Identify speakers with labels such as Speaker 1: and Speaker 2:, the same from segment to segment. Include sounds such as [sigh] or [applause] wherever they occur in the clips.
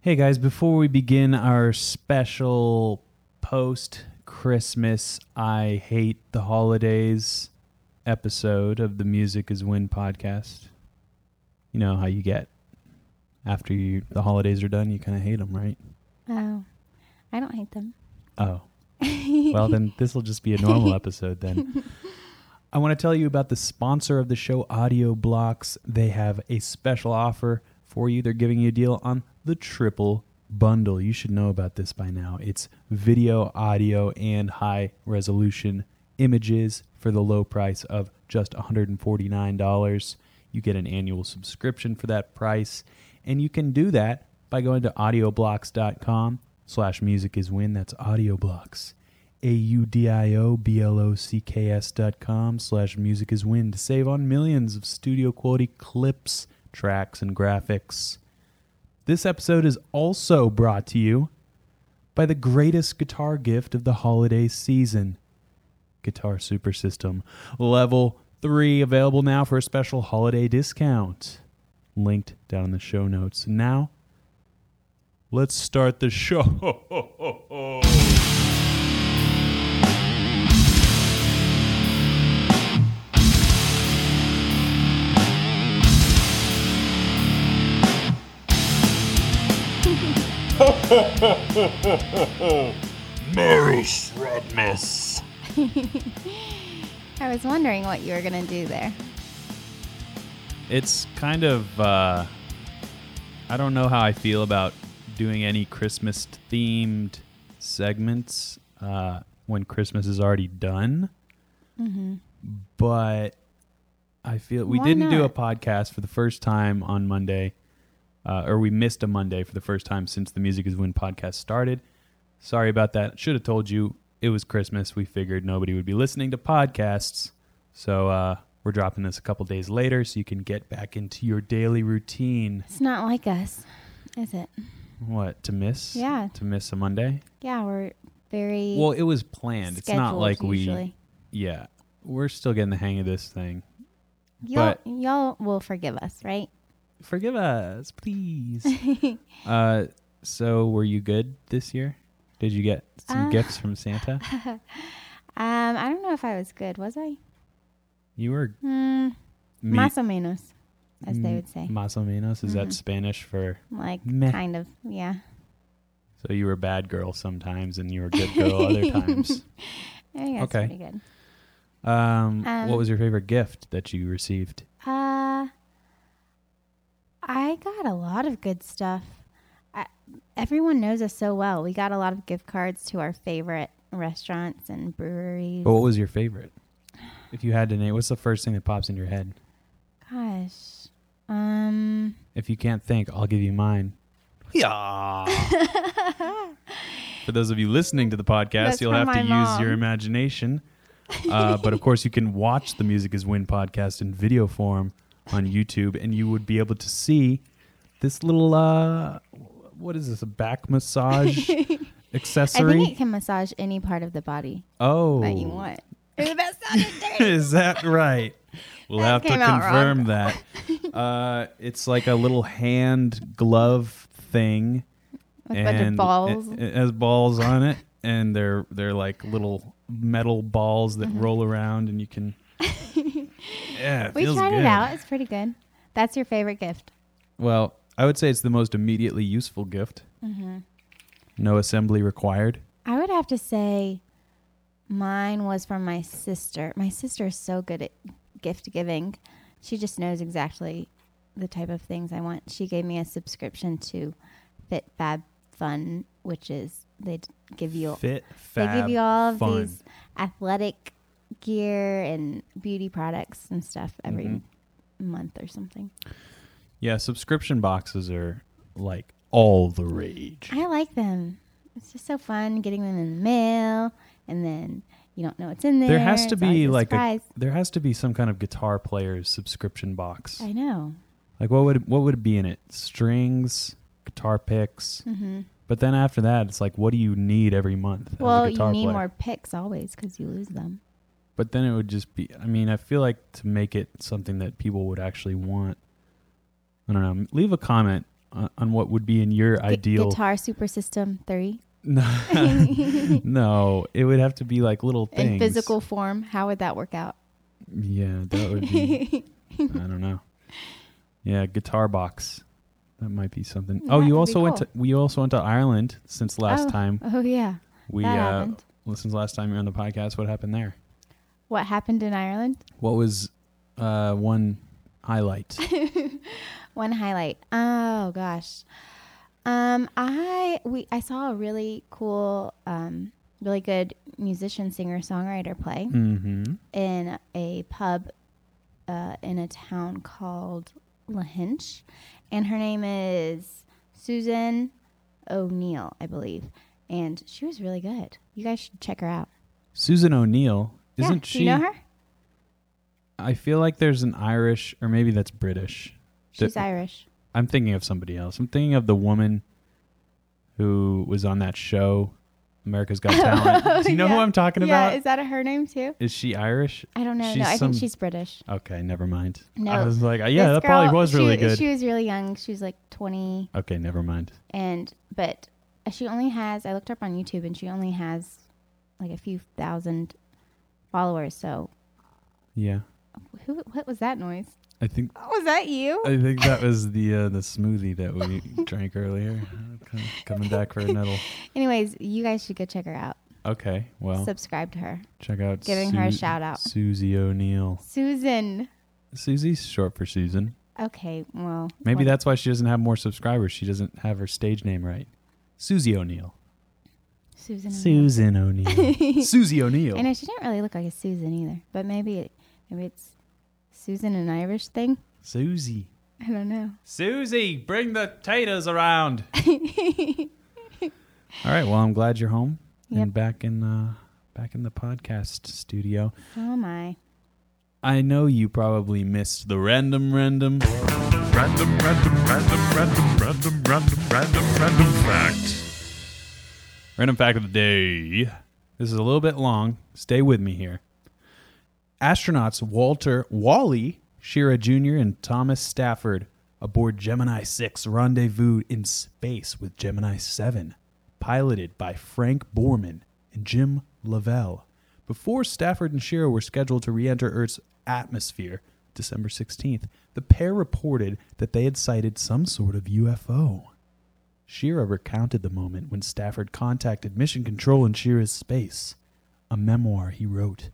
Speaker 1: Hey guys, before we begin our special post Christmas I Hate the Holidays episode of the Music is Win podcast, you know how you get after you the holidays are done, you kind of hate them, right?
Speaker 2: Oh, I don't hate them.
Speaker 1: Oh. well, then this will just be a normal episode then. I want to tell you about the sponsor of the show, Audio Blocks. They have a special offer for you. They're giving you a deal on the triple bundle. You should know about this by now. It's video, audio, and high resolution images for the low price of just $149. You get an annual subscription for that price, and you can do that by going to audioblocks.com slash music is win. That's audioblocks. A-U-D-I-O-B-L-O-C-K-S dot com slash music is win to save on millions of studio quality clips, tracks, and graphics. This episode is also brought to you by the greatest guitar gift of the holiday season Guitar Super System Level 3, available now for a special holiday discount. Linked down in the show notes. Now, let's start the show. [laughs]
Speaker 3: Merry Shredmas!
Speaker 2: I was wondering what you were gonna do there.
Speaker 1: It's kind of uh, I don't know how I feel about doing any Christmas themed segments uh, when Christmas is already done.
Speaker 2: Mm-hmm.
Speaker 1: But I feel we
Speaker 2: Why
Speaker 1: didn't do a
Speaker 2: not?
Speaker 1: podcast for the first time on Monday, uh, or we missed a Monday for the first time since the Music Is Win podcast started. Sorry about that. Should have told you it was Christmas. We figured nobody would be listening to podcasts. So uh, we're dropping this a couple days later so you can get back into your daily routine.
Speaker 2: It's not like us, is it?
Speaker 1: What, to miss?
Speaker 2: Yeah.
Speaker 1: To miss a Monday?
Speaker 2: Yeah, we're very
Speaker 1: Well, it was planned. It's not
Speaker 2: scheduled
Speaker 1: like
Speaker 2: usually.
Speaker 1: we. Yeah. We're still getting the hang of this thing.
Speaker 2: Y'all,
Speaker 1: but-
Speaker 2: y'all will forgive us, right?
Speaker 1: Forgive us,
Speaker 2: [laughs]
Speaker 1: please. uh, so, were you good this year? Did you get some
Speaker 2: Uh,
Speaker 1: gifts from
Speaker 2: [laughs]
Speaker 1: Santa?
Speaker 2: Um, I don't know if I was good, was I?
Speaker 1: You were
Speaker 2: Mm,
Speaker 1: me-
Speaker 2: más o menos, as they would say.
Speaker 1: Más o menos. Is that Spanish for
Speaker 2: Like
Speaker 1: meh.
Speaker 2: kind of, yeah.
Speaker 1: So you were a bad girl sometimes, and you were a good girl
Speaker 2: [laughs]
Speaker 1: other times.
Speaker 2: I think that's
Speaker 1: Okay.
Speaker 2: pretty good.
Speaker 1: Um,
Speaker 2: Um,
Speaker 1: what was your favorite gift that you received?
Speaker 2: Uh, I got a lot of good stuff. I, everyone knows us so well. We got a lot of gift cards to our favorite restaurants and breweries.
Speaker 1: But what was your favorite? If you had to name, what's the first thing that pops in your head?
Speaker 2: Gosh. Um,
Speaker 1: If you can't think, I'll give you mine. Yeah. [laughs] For those of you listening to the podcast,
Speaker 2: That's
Speaker 1: you'll
Speaker 2: from
Speaker 1: have to
Speaker 2: my
Speaker 1: use your
Speaker 2: mom.
Speaker 1: imagination. Uh, but of
Speaker 2: [laughs]
Speaker 1: course, you can watch the Music is Win podcast in video form on YouTube, and you would be able to see this little, uh, what is this, a back
Speaker 2: [laughs]
Speaker 1: massage
Speaker 2: I
Speaker 1: accessory?
Speaker 2: think it can massage any part of the body
Speaker 1: oh.
Speaker 2: that you want. [laughs] Ooh, that sounded
Speaker 1: [laughs]
Speaker 2: dirty.
Speaker 1: is that right? We'll have
Speaker 2: That
Speaker 1: to
Speaker 2: came out
Speaker 1: confirm
Speaker 2: [laughs]
Speaker 1: that. Uh, it's like a little hand glove thing,
Speaker 2: With a bunch of balls.
Speaker 1: It, it has balls on it, and they're they're like little metal balls
Speaker 2: Mm-hmm.
Speaker 1: that roll around, and you
Speaker 2: [laughs]
Speaker 1: can. Yeah, it
Speaker 2: we
Speaker 1: feels
Speaker 2: tried
Speaker 1: good.
Speaker 2: it out. It's pretty good. That's your favorite gift.
Speaker 1: Well, I would say it's the most immediately useful gift.
Speaker 2: Mm-hmm.
Speaker 1: No assembly required.
Speaker 2: I would have to say mine was from my sister. My sister is so good at gift giving. She just knows exactly the type of things I want. She gave me a subscription to Fit Fab Fun, which is they d- give you
Speaker 1: Fit,
Speaker 2: they
Speaker 1: fab,
Speaker 2: give you all of
Speaker 1: fun.
Speaker 2: these athletic gear and beauty products and stuff every
Speaker 1: Mm-hmm.
Speaker 2: month or something.
Speaker 1: Yeah, subscription boxes are like all the rage.
Speaker 2: I like them. It's just so fun getting them in the mail and then you don't know what's in there.
Speaker 1: there has to
Speaker 2: It's always
Speaker 1: be
Speaker 2: a
Speaker 1: like a,
Speaker 2: surprise.
Speaker 1: there has to be some kind of guitar player's subscription box.
Speaker 2: I know.
Speaker 1: Like what would what would be in it? Strings, guitar picks.
Speaker 2: Mm-hmm.
Speaker 1: But then after that, it's like, what do you need every month? as a
Speaker 2: Well, you
Speaker 1: guitar
Speaker 2: need
Speaker 1: player?
Speaker 2: more picks always because you lose them.
Speaker 1: But then it would just be. I mean, I feel like to make it something that people would actually want. I don't know. Leave a comment on, on what would be in your
Speaker 2: Gu-
Speaker 1: ideal
Speaker 2: guitar super system three
Speaker 1: No, [laughs] no, it would have to be like little things.
Speaker 2: in physical form. How would that work out?
Speaker 1: Yeah, that would be.
Speaker 2: [laughs]
Speaker 1: I don't know. Yeah, guitar box. That might be something.
Speaker 2: That
Speaker 1: oh,
Speaker 2: would
Speaker 1: you
Speaker 2: be
Speaker 1: also went
Speaker 2: cool.
Speaker 1: to we also went to Ireland since last
Speaker 2: Oh,
Speaker 1: time
Speaker 2: oh yeah,
Speaker 1: we
Speaker 2: that
Speaker 1: uh,
Speaker 2: happened.
Speaker 1: well, since last time you were on the podcast. What happened there?
Speaker 2: What happened in Ireland?
Speaker 1: What was uh, one
Speaker 2: [laughs]
Speaker 1: highlight?
Speaker 2: One highlight. Oh gosh, um, I we I saw a really cool, um, really good musician, singer, songwriter play
Speaker 1: mm-hmm.
Speaker 2: in a pub uh, in a town called Lahinch, and her name is Susan O'Neill, I believe, and she was really good. You guys should check her out.
Speaker 1: Susan O'Neill.
Speaker 2: Yeah,
Speaker 1: Isn't
Speaker 2: do
Speaker 1: she?
Speaker 2: You know her?
Speaker 1: I feel like there's an Irish, or maybe that's British. Th-
Speaker 2: She's Irish.
Speaker 1: I'm thinking of somebody else. I'm thinking of the woman who was on that show, America's
Speaker 2: [laughs]
Speaker 1: Got Talent. Do you know who
Speaker 2: yeah.
Speaker 1: I'm talking
Speaker 2: yeah,
Speaker 1: about?
Speaker 2: is that her name too?
Speaker 1: Is she Irish?
Speaker 2: I don't know.
Speaker 1: She's
Speaker 2: no, I
Speaker 1: some-
Speaker 2: think she's British.
Speaker 1: Okay, never mind. I
Speaker 2: No.
Speaker 1: was like, yeah,
Speaker 2: This
Speaker 1: that probably
Speaker 2: girl,
Speaker 1: was really
Speaker 2: she-
Speaker 1: good.
Speaker 2: She was really young. She was like 20,
Speaker 1: okay, never mind.
Speaker 2: and but she only has. I looked her up on YouTube, and she only has like a few thousand followers. So
Speaker 1: Yeah,
Speaker 2: who? What was that noise?
Speaker 1: I think
Speaker 2: Was Oh, that you?
Speaker 1: I think that was the uh, the smoothie that we drank earlier. Okay, Coming back for
Speaker 2: [laughs]
Speaker 1: another.
Speaker 2: Anyways, you guys should go check her out.
Speaker 1: Okay, well,
Speaker 2: Subscribe to her,
Speaker 1: check out
Speaker 2: giving her a shout out.
Speaker 1: Susie O'Neill.
Speaker 2: Susan.
Speaker 1: Susie's short for Susan.
Speaker 2: Okay, well,
Speaker 1: Maybe
Speaker 2: what-
Speaker 1: that's why she doesn't have more subscribers. She doesn't have her stage name right. Susie O'Neill.
Speaker 2: Susan. O'Neill.
Speaker 1: Susan
Speaker 2: [laughs]
Speaker 1: O'Neill. Susie
Speaker 2: I
Speaker 1: O'Neill.
Speaker 2: know she didn't really look like a Susan either, but maybe it, maybe it's Susan an Irish thing.
Speaker 1: Susie.
Speaker 2: I don't know.
Speaker 1: Susie, bring the taters
Speaker 2: [laughs]
Speaker 1: around. All right. Well, I'm glad you're home and
Speaker 2: Yep.
Speaker 1: back in uh, back in the podcast studio.
Speaker 2: Oh my.
Speaker 1: I know you probably missed the random random.
Speaker 3: Random, random, random, random, random, random, random, random fact.
Speaker 1: Random fact of the day. This is a little bit long. Stay with me here. Astronauts Walter Wally Shearer Jr. and Thomas Stafford aboard Gemini 6 rendezvoused in space with Gemini 7, piloted by Frank Borman and Jim Lavelle, before Stafford and Shearer were scheduled to re enter Earth's atmosphere December 16th. The pair reported that they had sighted some sort of UFO. Shira recounted the moment when Stafford contacted Mission Control in Shira's space, a memoir he wrote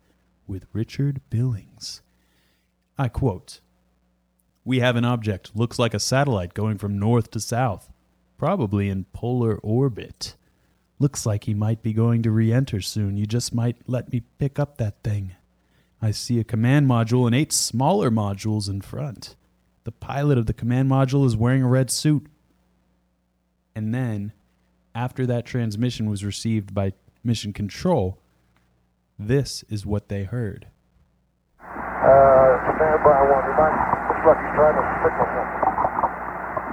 Speaker 1: with Richard Billings. I quote We have an object, looks like a satellite going from north to south, probably in polar orbit. Looks like he might be going to re enter soon. You just might let me pick up that thing. I see a command module and eight smaller modules in front. The pilot of the command module is wearing a red suit, and then, after that transmission was received by Mission Control, this is what they heard.
Speaker 4: Uh, stand by one. You might, looks like he's trying to signal something.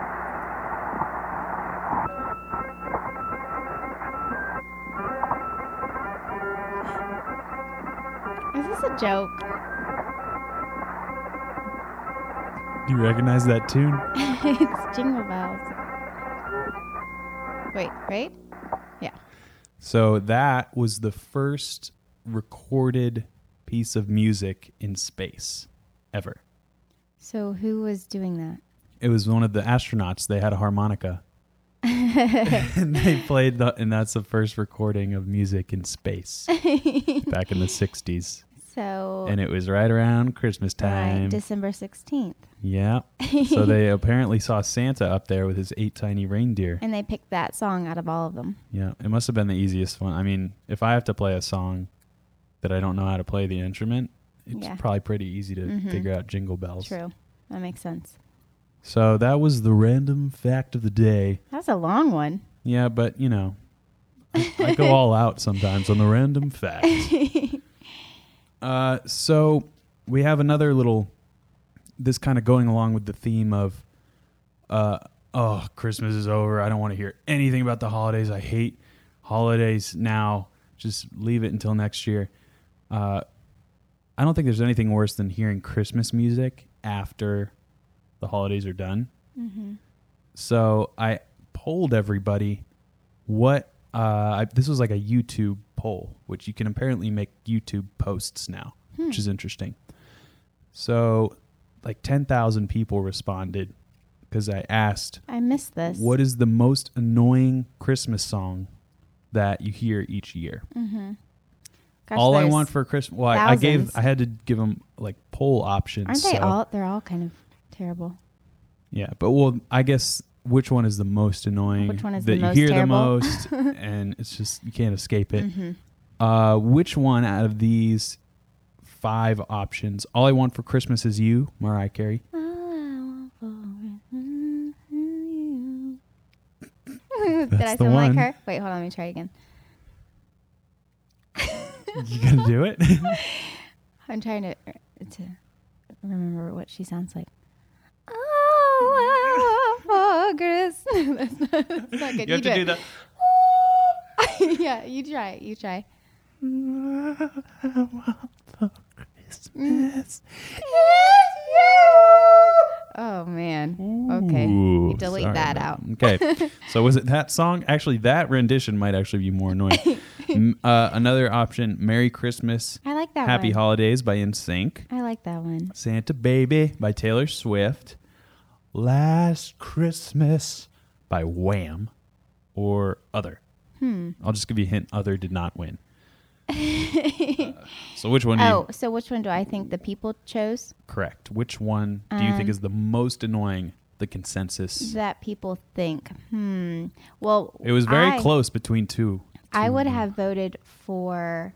Speaker 2: Is this a joke? [laughs]
Speaker 1: Do you recognize that tune?
Speaker 2: it's Jingle Bells. Wait, right? Yeah.
Speaker 1: So, that was the first recorded piece of music in space ever.
Speaker 2: So who was doing that?
Speaker 1: It was one of the astronauts, they had a [laughs] harmonica. and they played the, and that's the first recording of music in [laughs] space back in the 60s.
Speaker 2: So
Speaker 1: And it was right around Christmas time.
Speaker 2: right, December 16th.
Speaker 1: Yeah. So [laughs] they apparently saw Santa up there with his eight tiny reindeer.
Speaker 2: And they picked that song out of all of them.
Speaker 1: Yeah. It must have been the easiest one. I mean, if I have to play a song that I don't know how to play the instrument, it's
Speaker 2: Yeah. Mm-hmm.
Speaker 1: probably pretty easy to figure out jingle bells.
Speaker 2: True. That makes sense.
Speaker 1: So that was the random fact of the day.
Speaker 2: That was a long one.
Speaker 1: Yeah, but you know, I, I go all out sometimes on the random fact. uh, so we have another little. This kind of going along with the theme of, uh, oh, Christmas is over. I don't want to hear anything about the holidays. I hate holidays now. Just leave it until next year. Uh, I don't think there's anything worse than hearing Christmas music after the holidays are done. So I polled everybody what uh, I, this was like a YouTube poll, which you can apparently make YouTube posts now,
Speaker 2: Hmm.
Speaker 1: which is interesting. So like 10,000 people responded because I asked,
Speaker 2: I missed this.
Speaker 1: what is the most annoying Christmas song that you hear each year?
Speaker 2: Gosh,
Speaker 1: all I
Speaker 2: there's-
Speaker 1: want for Christmas. Well, I, I gave.
Speaker 2: thousands.
Speaker 1: I had to give them like poll options.
Speaker 2: Aren't they
Speaker 1: so-
Speaker 2: all? They're all kind of terrible. [laughs]
Speaker 1: Yeah, but well, I guess which one is the most annoying?
Speaker 2: Which one is
Speaker 1: that
Speaker 2: the
Speaker 1: you
Speaker 2: most
Speaker 1: hear
Speaker 2: terrible?
Speaker 1: the
Speaker 2: [laughs]
Speaker 1: most, and it's just you can't escape it.
Speaker 2: Mm-hmm.
Speaker 1: Uh, which one out of these five options? All I want for Christmas is you, Mariah
Speaker 2: [laughs]
Speaker 1: Carey.
Speaker 2: All I want for is you. Did I
Speaker 1: That's the
Speaker 2: sound like
Speaker 1: one.
Speaker 2: her? Wait, hold on. Let me try again.
Speaker 1: You gonna do it?
Speaker 2: I'm trying to uh, to remember what she sounds
Speaker 1: [laughs]
Speaker 2: like. Oh, I want for Christmas. that's, not, that's not good.
Speaker 1: you have to do that.
Speaker 2: that. [laughs] yeah, you try. it, You try.
Speaker 1: Christmas.
Speaker 2: Oh man. Okay.
Speaker 1: Ooh,
Speaker 2: you delete
Speaker 1: sorry
Speaker 2: that out.
Speaker 1: about
Speaker 2: [laughs]
Speaker 1: Okay. so was it that song? Actually, that rendition might actually be more annoying. M- uh, another option: "Merry
Speaker 2: [laughs]
Speaker 1: Christmas,
Speaker 2: I like that
Speaker 1: Happy
Speaker 2: one.
Speaker 1: Holidays" by NSYNC,
Speaker 2: I like that one.
Speaker 1: "Santa Baby" by Taylor Swift, "Last Christmas" by Wham, or other. Hmm. I'll just give you a hint: other did not
Speaker 2: [laughs]
Speaker 1: win. Uh, so which one? Do you,
Speaker 2: Oh, so which one do I think the people chose?
Speaker 1: correct. Which one do you
Speaker 2: Um,
Speaker 1: think is the most annoying? The consensus.
Speaker 2: That people think. Hmm. Well,
Speaker 1: It was very
Speaker 2: I-
Speaker 1: close between two.
Speaker 2: I would have voted for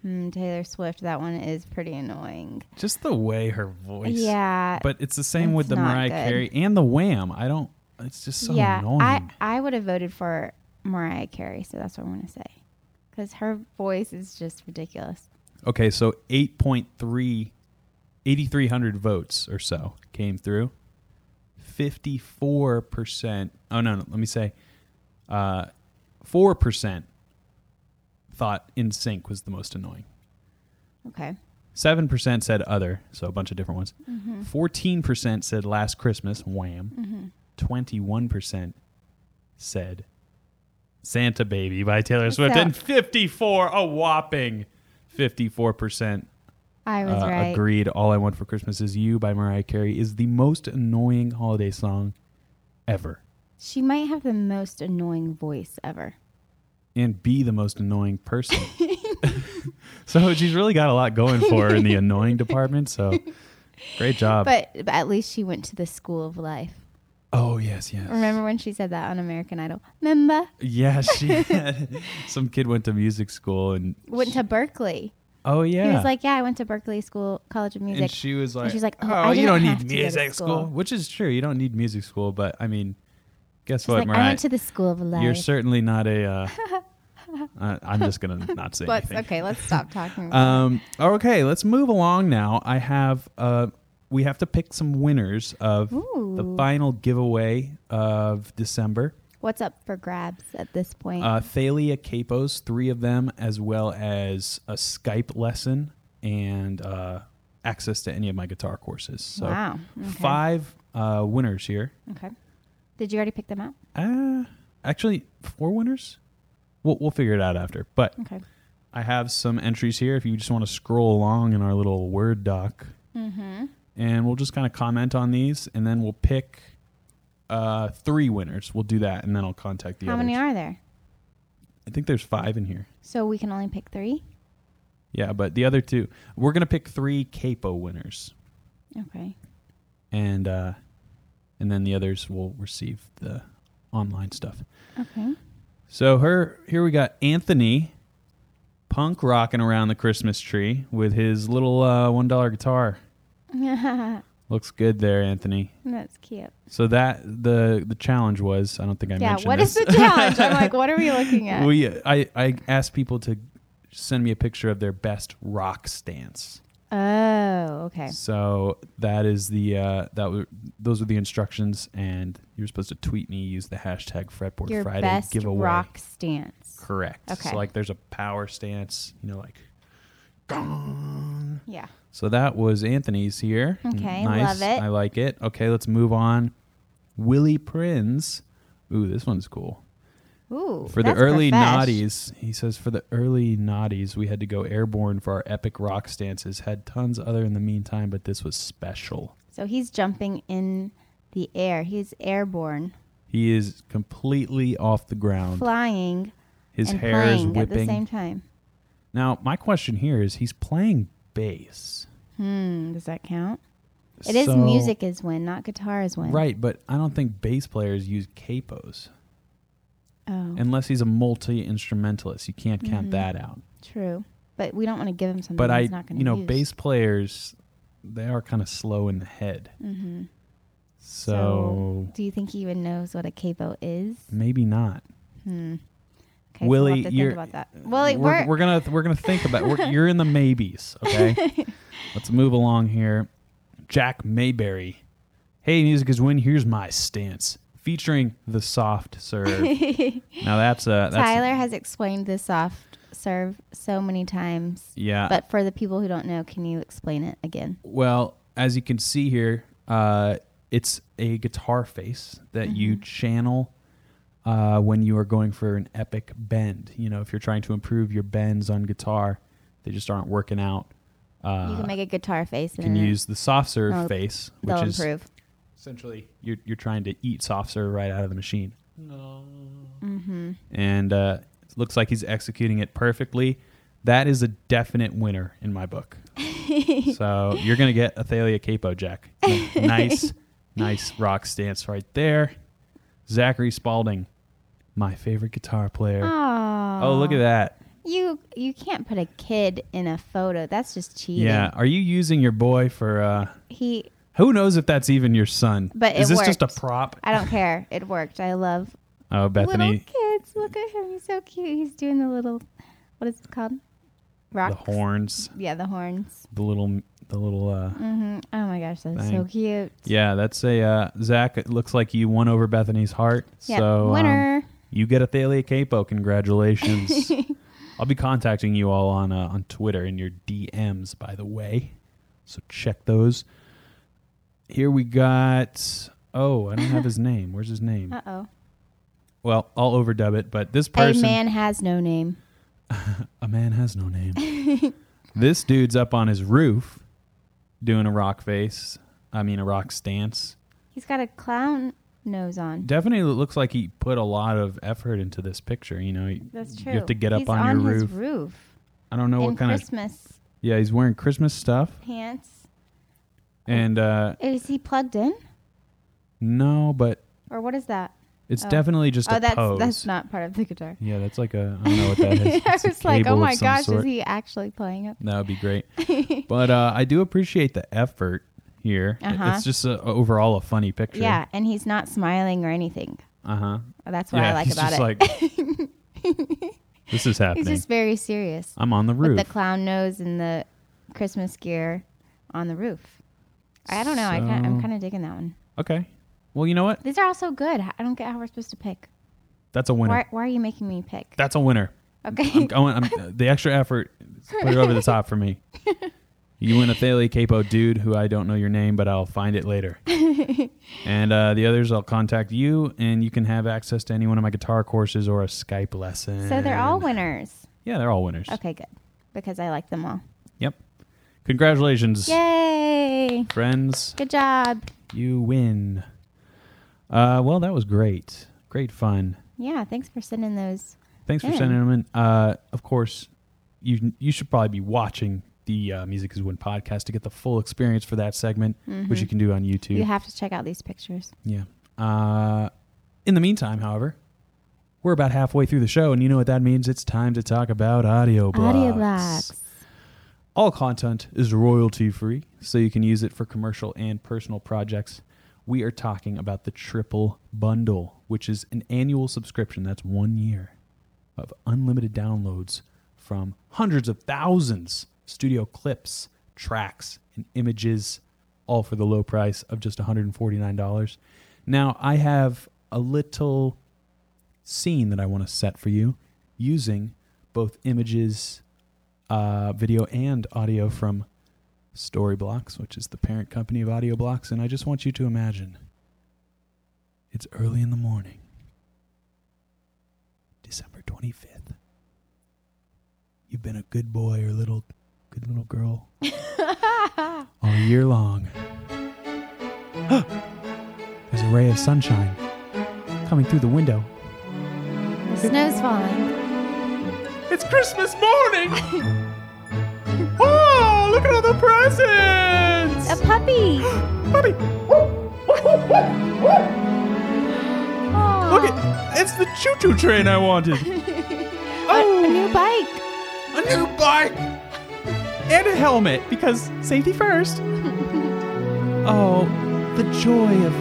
Speaker 2: hmm, Taylor Swift. That one is pretty annoying.
Speaker 1: Just the way her voice.
Speaker 2: Yeah.
Speaker 1: But it's the same with
Speaker 2: It's
Speaker 1: the
Speaker 2: not
Speaker 1: Mariah
Speaker 2: good.
Speaker 1: Carey and the Wham. I don't. It's just so
Speaker 2: yeah,
Speaker 1: annoying.
Speaker 2: I I would have voted for Mariah Carey. So that's what I'm gonna say, because her voice is just ridiculous.
Speaker 1: okay, so 8.3, 8,300 votes or so came through. 54%. Oh, no, no. Let me say uh, 4% thought In Sync was the most annoying.
Speaker 2: Okay.
Speaker 1: Seven percent said other, so a bunch of different ones. 14 percent said Last Christmas, Wham. 21 percent said Santa Baby by Taylor Swift,
Speaker 2: So-
Speaker 1: and 54, a whopping 54 percent
Speaker 2: I was
Speaker 1: uh,
Speaker 2: right.
Speaker 1: agreed. All I Want for Christmas Is You by Mariah Carey is the most annoying holiday song ever,
Speaker 2: She might have the most annoying voice ever.
Speaker 1: and be the most annoying
Speaker 2: [laughs]
Speaker 1: person. so she's really got a lot going for her in the annoying department.
Speaker 2: [laughs]
Speaker 1: So great job.
Speaker 2: But, but at least she went to the school of life.
Speaker 1: Oh yes, yes.
Speaker 2: Remember when she said that on American Idol? Remember?
Speaker 1: Yeah,
Speaker 2: [laughs]
Speaker 1: she. some kid went to music school and.
Speaker 2: Went to Berkeley.
Speaker 1: Oh yeah.
Speaker 2: He was like, "Yeah, I went to Berkeley School College of Music."
Speaker 1: And she was like.
Speaker 2: she's like, "Oh,
Speaker 1: oh,
Speaker 2: I
Speaker 1: you
Speaker 2: didn't
Speaker 1: don't
Speaker 2: have
Speaker 1: need
Speaker 2: to go to
Speaker 1: music school.
Speaker 2: school."
Speaker 1: which is true. You don't need music school, but I mean, guess
Speaker 2: She's
Speaker 1: what,
Speaker 2: like,
Speaker 1: Mariah?
Speaker 2: I went to the School of Life.
Speaker 1: you're certainly not a. Uh, [laughs] uh, I'm just gonna not say
Speaker 2: Let's,
Speaker 1: anything.
Speaker 2: okay, let's stop talking.
Speaker 1: [laughs]
Speaker 2: About
Speaker 1: Um, okay, let's move along now. I have uh, we have to pick some winners of the
Speaker 2: Ooh.
Speaker 1: final giveaway of December.
Speaker 2: What's up for grabs at this point?
Speaker 1: uh, Thalia Capos, three of them, as well as a Skype lesson and uh, access to any of my guitar courses. So
Speaker 2: wow. Okay.
Speaker 1: five uh, winners here.
Speaker 2: Okay. Did you already pick them up?
Speaker 1: Uh, actually, four winners. We'll, we'll figure it out after. But
Speaker 2: Okay.
Speaker 1: I have some entries here if you just want to scroll along in our little Word doc.
Speaker 2: Mm-hmm.
Speaker 1: And we'll just kind of comment on these and then we'll pick uh, three winners. We'll do that and then I'll contact the
Speaker 2: How
Speaker 1: others.
Speaker 2: many are there?
Speaker 1: I think there's five in here.
Speaker 2: So we can only pick three.
Speaker 1: Yeah, but the other two, we're gonna pick three capo winners,
Speaker 2: Okay.
Speaker 1: and uh, and then the others will receive the online stuff.
Speaker 2: Okay. [laughs]
Speaker 1: So her here we got Anthony, punk rocking around the Christmas tree with his little uh, one dollar guitar. Looks good there, Anthony.
Speaker 2: That's cute.
Speaker 1: So that the the challenge was I don't think I
Speaker 2: yeah.
Speaker 1: mentioned.
Speaker 2: What is
Speaker 1: this.
Speaker 2: the
Speaker 1: [laughs]
Speaker 2: challenge? I'm like, what are we looking at?
Speaker 1: We I I asked people to send me a picture of their best rock stance.
Speaker 2: oh, okay.
Speaker 1: So that is the uh, that were those were the instructions, and you were supposed to tweet me use the hashtag Fretboard
Speaker 2: Your
Speaker 1: Friday
Speaker 2: best
Speaker 1: giveaway.
Speaker 2: rock stance.
Speaker 1: Correct.
Speaker 2: Okay.
Speaker 1: So like there's a power stance, you know, like. gong.
Speaker 2: Yeah.
Speaker 1: So that was Anthony's here.
Speaker 2: Okay,
Speaker 1: nice.
Speaker 2: love it.
Speaker 1: I like it. Okay, let's move on. Willie Prinz. Ooh, this one's cool.
Speaker 2: Ooh.
Speaker 1: For the
Speaker 2: that's
Speaker 1: early
Speaker 2: profesh.
Speaker 1: noughties, he says, for the early noughties, we had to go airborne for our epic rock stances. Had tons other in the meantime, but this was special.
Speaker 2: So he's jumping in the air. He's airborne,
Speaker 1: He is completely off the ground.
Speaker 2: flying,
Speaker 1: His
Speaker 2: and
Speaker 1: hair is
Speaker 2: playing at the
Speaker 1: whipping.
Speaker 2: same time.
Speaker 1: now, my question here is he's playing bass.
Speaker 2: Hmm. Does that count? It is
Speaker 1: So-
Speaker 2: music is win, not guitar is win.
Speaker 1: Right, but I don't think bass players use capos
Speaker 2: Oh,
Speaker 1: unless he's a multi instrumentalist. You can't count
Speaker 2: Mhm.
Speaker 1: that out.
Speaker 2: true. But we don't want to give him something
Speaker 1: But I,
Speaker 2: he's not going to
Speaker 1: you know,
Speaker 2: use.
Speaker 1: bass players, they are kind of slow in the head.
Speaker 2: hmm
Speaker 1: So,
Speaker 2: Do you think he even knows what a capo is?
Speaker 1: maybe not.
Speaker 2: Hmm. Okay, so
Speaker 1: Willie,
Speaker 2: we'll have to think
Speaker 1: you're- uh,
Speaker 2: about that. Willie,
Speaker 1: we're,
Speaker 2: we're,
Speaker 1: we're gonna we're gonna think about. We're, you're
Speaker 2: [laughs]
Speaker 1: in the maybes, okay? Let's move along here. Jack Mayberry. Hey, music is win. Here's my stance, featuring the soft serve.
Speaker 2: [laughs]
Speaker 1: now that's uh, that's,
Speaker 2: Tyler has explained this soft serve so many times.
Speaker 1: Yeah.
Speaker 2: But for the people who don't know, can you explain it again?
Speaker 1: well, as you can see here, uh, it's a guitar face that
Speaker 2: Mm-hmm.
Speaker 1: you channel uh, when you are going for an epic bend. You know, if you're trying to improve your bends on guitar, they just aren't working out. Uh,
Speaker 2: you can make a guitar face and
Speaker 1: can
Speaker 2: then
Speaker 1: use the soft serve
Speaker 2: They'll-
Speaker 1: face, which
Speaker 2: they'll
Speaker 1: is
Speaker 2: Mm-hmm. Oh, improve.
Speaker 1: essentially you're you're trying to eat soft serve right out of the machine. No. Mm-hmm. And uh, it looks like he's executing it perfectly. That is a definite winner in my
Speaker 2: [laughs]
Speaker 1: book. so you're gonna get Athalia Capo Jack.
Speaker 2: [laughs]
Speaker 1: Nice, nice rock stance right there. Zachary Spalding, my favorite guitar player.
Speaker 2: Aw.
Speaker 1: Oh, look at that.
Speaker 2: You you can't put a kid in a photo. That's just cheating.
Speaker 1: Yeah. Are you using your boy for uh
Speaker 2: He
Speaker 1: who knows if that's even your son?
Speaker 2: But
Speaker 1: is
Speaker 2: it
Speaker 1: this just a
Speaker 2: worked.
Speaker 1: prop?
Speaker 2: I don't care. It worked. I love
Speaker 1: Oh,
Speaker 2: little
Speaker 1: Bethany,
Speaker 2: kids. Look at him. He's so cute. He's doing the little what is it called? Rock.
Speaker 1: the horns,
Speaker 2: Yeah, the horns.
Speaker 1: the little, the little. uh
Speaker 2: hmm Oh my gosh, that's so
Speaker 1: Thing.
Speaker 2: cute.
Speaker 1: Yeah, that's a uh, Zach. It looks like you won over Bethany's heart.
Speaker 2: Yeah.
Speaker 1: So um,
Speaker 2: Winner.
Speaker 1: you get Athalia Capo.
Speaker 2: [laughs]
Speaker 1: Congratulations. I'll be contacting you all on uh, on Twitter in your DMs, by the way. So check those. Here we got. Oh, I don't have
Speaker 2: [laughs]
Speaker 1: his name. Where's his name?
Speaker 2: uh oh.
Speaker 1: well, I'll overdub it, but this
Speaker 2: A
Speaker 1: person.
Speaker 2: man has no name.
Speaker 1: A man has no name.
Speaker 2: [laughs]
Speaker 1: this dude's up on his roof doing a rock face. I mean, a rock stance.
Speaker 2: He's got a clown nose on.
Speaker 1: Definitely looks like he put a lot of effort into this picture. You know,
Speaker 2: That's true.
Speaker 1: You have to get up
Speaker 2: He's
Speaker 1: on, your
Speaker 2: his
Speaker 1: roof.
Speaker 2: roof.
Speaker 1: I don't know
Speaker 2: in
Speaker 1: what kind of.
Speaker 2: Christmas
Speaker 1: Yeah, he's wearing Christmas stuff.
Speaker 2: pants.
Speaker 1: And uh
Speaker 2: Is he plugged in?
Speaker 1: no, but
Speaker 2: Or what is that?
Speaker 1: it's
Speaker 2: Oh.
Speaker 1: definitely just
Speaker 2: oh,
Speaker 1: a
Speaker 2: that's
Speaker 1: pose.
Speaker 2: that's not part of the guitar.
Speaker 1: Yeah, that's like a. I don't know what
Speaker 2: [laughs]
Speaker 1: that is.
Speaker 2: I
Speaker 1: It's a
Speaker 2: was like,
Speaker 1: cable
Speaker 2: oh
Speaker 1: of
Speaker 2: my
Speaker 1: some
Speaker 2: gosh,
Speaker 1: sort.
Speaker 2: is he actually playing it?
Speaker 1: That would be great.
Speaker 2: [laughs]
Speaker 1: but uh, I do appreciate the effort here. It-
Speaker 2: Uh-huh.
Speaker 1: It's just a, overall a funny picture.
Speaker 2: Yeah, and he's not smiling or anything.
Speaker 1: Uh huh.
Speaker 2: That's what I like
Speaker 1: he's
Speaker 2: about
Speaker 1: just
Speaker 2: it.
Speaker 1: Like,
Speaker 2: [laughs]
Speaker 1: this is
Speaker 2: he's
Speaker 1: happening.
Speaker 2: just very serious.
Speaker 1: I'm on the
Speaker 2: With
Speaker 1: roof.
Speaker 2: the clown nose and the Christmas gear on the roof. I don't know. I kind I'm
Speaker 1: So-
Speaker 2: kind of digging that one.
Speaker 1: okay. Well, you know what?
Speaker 2: These are all so good. I don't get how we're supposed to pick.
Speaker 1: That's a winner.
Speaker 2: Why, why are you making me pick?
Speaker 1: That's a winner.
Speaker 2: [laughs] Okay. [laughs]
Speaker 1: I'm going. I'm, the extra effort. Put it over the top for me. You win a Thalia Capo dude who I don't know your name, but I'll find it
Speaker 2: [laughs]
Speaker 1: later. and uh, the others, I'll contact you, and you can have access to any one of my guitar courses or a Skype lesson.
Speaker 2: so they're all winners.
Speaker 1: Yeah, they're all winners.
Speaker 2: Okay, good. Because I like them all.
Speaker 1: Yep. Congratulations,
Speaker 2: Yay!
Speaker 1: friends.
Speaker 2: Good job.
Speaker 1: You win. Uh, well, that was great. Great fun.
Speaker 2: Yeah, thanks for sending those.
Speaker 1: Thanks for
Speaker 2: Yeah.
Speaker 1: sending them in. Uh, of course, you you should probably be watching the uh, Music Is Win podcast to get the full experience for that segment, which you can do on YouTube.
Speaker 2: Mm-hmm. You have to check out these pictures.
Speaker 1: yeah. Uh, in the meantime, however, we're about halfway through the show, and you know what that means. It's time to talk about audio Oh, blocks.
Speaker 2: Audio blocks.
Speaker 1: All content is royalty free, so you can use it for commercial and personal projects. We are talking about the triple bundle, which is an annual subscription that's one year of unlimited downloads from hundreds of thousands of studio clips, tracks, and images, all for the low price of just $149. Now, I have a little scene that I want to set for you using both images uh, video and audio from Storyblocks, which is the parent company of Audio Blocks. And I just want you to imagine It's early in the morning. December 25th. You've been a good boy or little good little girl all year long. [gasps] There's a ray of sunshine coming through the window.
Speaker 2: The snow's falling.
Speaker 1: It's Christmas
Speaker 2: [laughs]
Speaker 1: morning. oh, look at all the presents. [gasps]
Speaker 2: A puppy.
Speaker 1: puppy.
Speaker 2: Aw.
Speaker 1: Look at it's the choo-choo train I
Speaker 2: [laughs]
Speaker 1: wanted.
Speaker 2: A
Speaker 1: oh,
Speaker 2: new bike.
Speaker 1: a new bike and a helmet because safety
Speaker 2: [laughs]
Speaker 1: first. oh, the joy of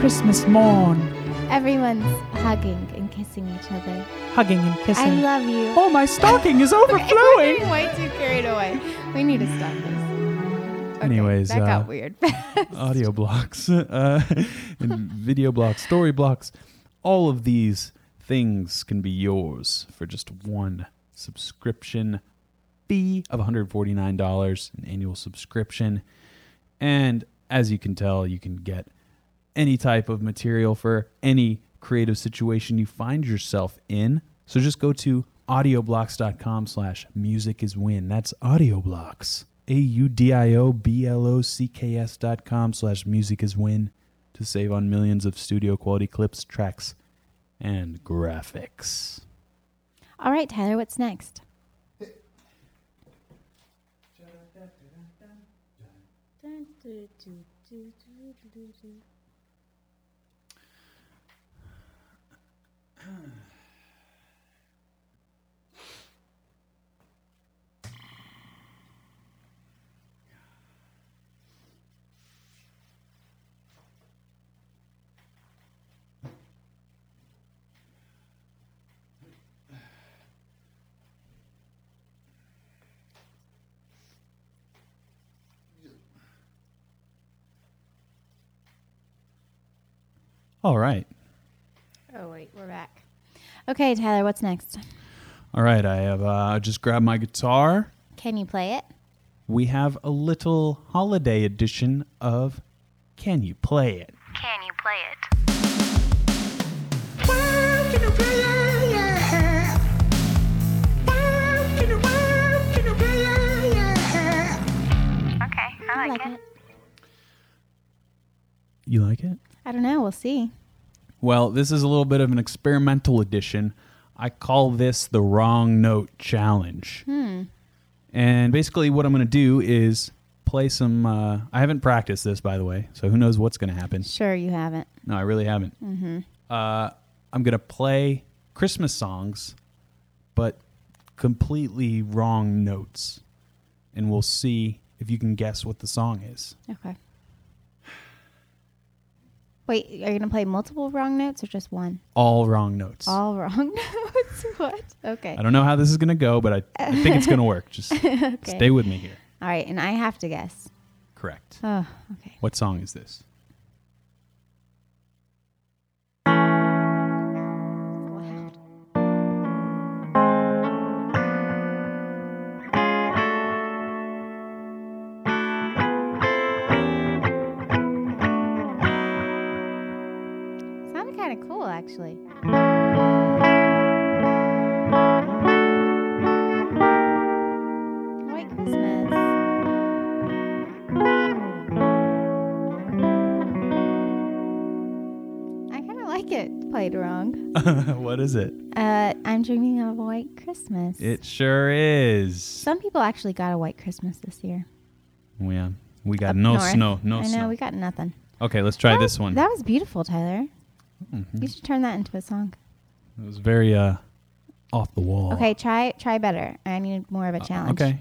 Speaker 1: Christmas morn,
Speaker 2: Everyone's hugging and kissing each other.
Speaker 1: hugging and
Speaker 2: I
Speaker 1: kissing.
Speaker 2: love you.
Speaker 1: oh, my stocking is
Speaker 2: [laughs] We're
Speaker 1: overflowing.
Speaker 2: getting way too carried away. We need to stop this. Okay,
Speaker 1: Anyways,
Speaker 2: that
Speaker 1: uh,
Speaker 2: got weird. [laughs] fast.
Speaker 1: [laughs] audio blocks uh, and video blocks story blocks all of these things can be yours for just one subscription fee of $149 an annual subscription and as you can tell you can get any type of material for any creative situation you find yourself in so just go to audioblocks.com slash music is win that's audioblocks a-u-d-i-o-b-l-o-c-k-s dot com slash music is win to save on millions of studio quality clips tracks and graphics
Speaker 2: All right, Tyler, what's next?
Speaker 1: all right
Speaker 2: Oh, wait, we're back. Okay, Tyler, what's next?
Speaker 1: all right i have uh, just grabbed my guitar
Speaker 2: Can you play it?
Speaker 1: we have a little holiday edition of Can You Play It?
Speaker 5: Can you play it? Okay, I like it.
Speaker 1: You like it?
Speaker 2: I don't know. We'll see.
Speaker 1: Well, this is a little bit of an experimental edition. I call this the wrong note challenge. And basically, what I'm going to do is play some. Uh, I haven't practiced this, by the way, so who knows what's going to happen.
Speaker 2: Sure, you haven't.
Speaker 1: No, I really haven't. Mm-hmm. Uh, I'm gonna play Christmas songs, but completely wrong notes, and we'll see if you can guess what the song is.
Speaker 2: Okay. Wait, are you going to play multiple wrong notes or just one?
Speaker 1: All wrong notes.
Speaker 2: All [laughs] wrong notes? [laughs] what? Okay.
Speaker 1: I don't know how this is gonna go, but I, I think it's gonna work. Just stay with me here.
Speaker 2: All right, and I have to guess.
Speaker 1: Correct.
Speaker 2: Oh, okay.
Speaker 1: What song is this? [laughs]
Speaker 2: Wow. Sounded kind of cool, actually. White Christmas. I kind of like it played wrong.
Speaker 1: what is it?
Speaker 2: Uh, I'm dreaming of a white Christmas.
Speaker 1: It sure is.
Speaker 2: Some people actually got a white Christmas this year.
Speaker 1: yeah, we got
Speaker 2: Up
Speaker 1: no
Speaker 2: north.
Speaker 1: snow. No
Speaker 2: I know
Speaker 1: snow.
Speaker 2: we got nothing.
Speaker 1: okay, let's try
Speaker 2: That-
Speaker 1: this one.
Speaker 2: Oh,
Speaker 1: Mm-hmm.
Speaker 2: That was beautiful, Tyler. You should turn that into a song.
Speaker 1: it was very uh, off the wall.
Speaker 2: Okay, try try better. I need more of a challenge.
Speaker 1: Oh. Uh, Okay.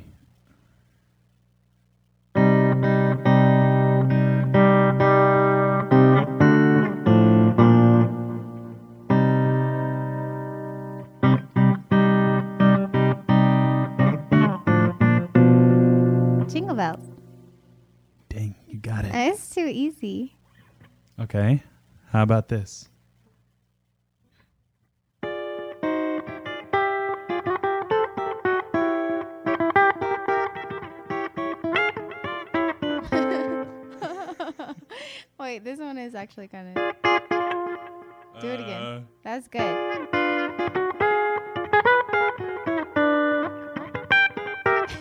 Speaker 2: Jingle bells.
Speaker 1: Dang, you got it.
Speaker 2: It's too easy.
Speaker 1: Okay. How about this?
Speaker 2: Wait, this one is actually kind of. Do it again.
Speaker 1: Uh,
Speaker 2: That's good. [laughs]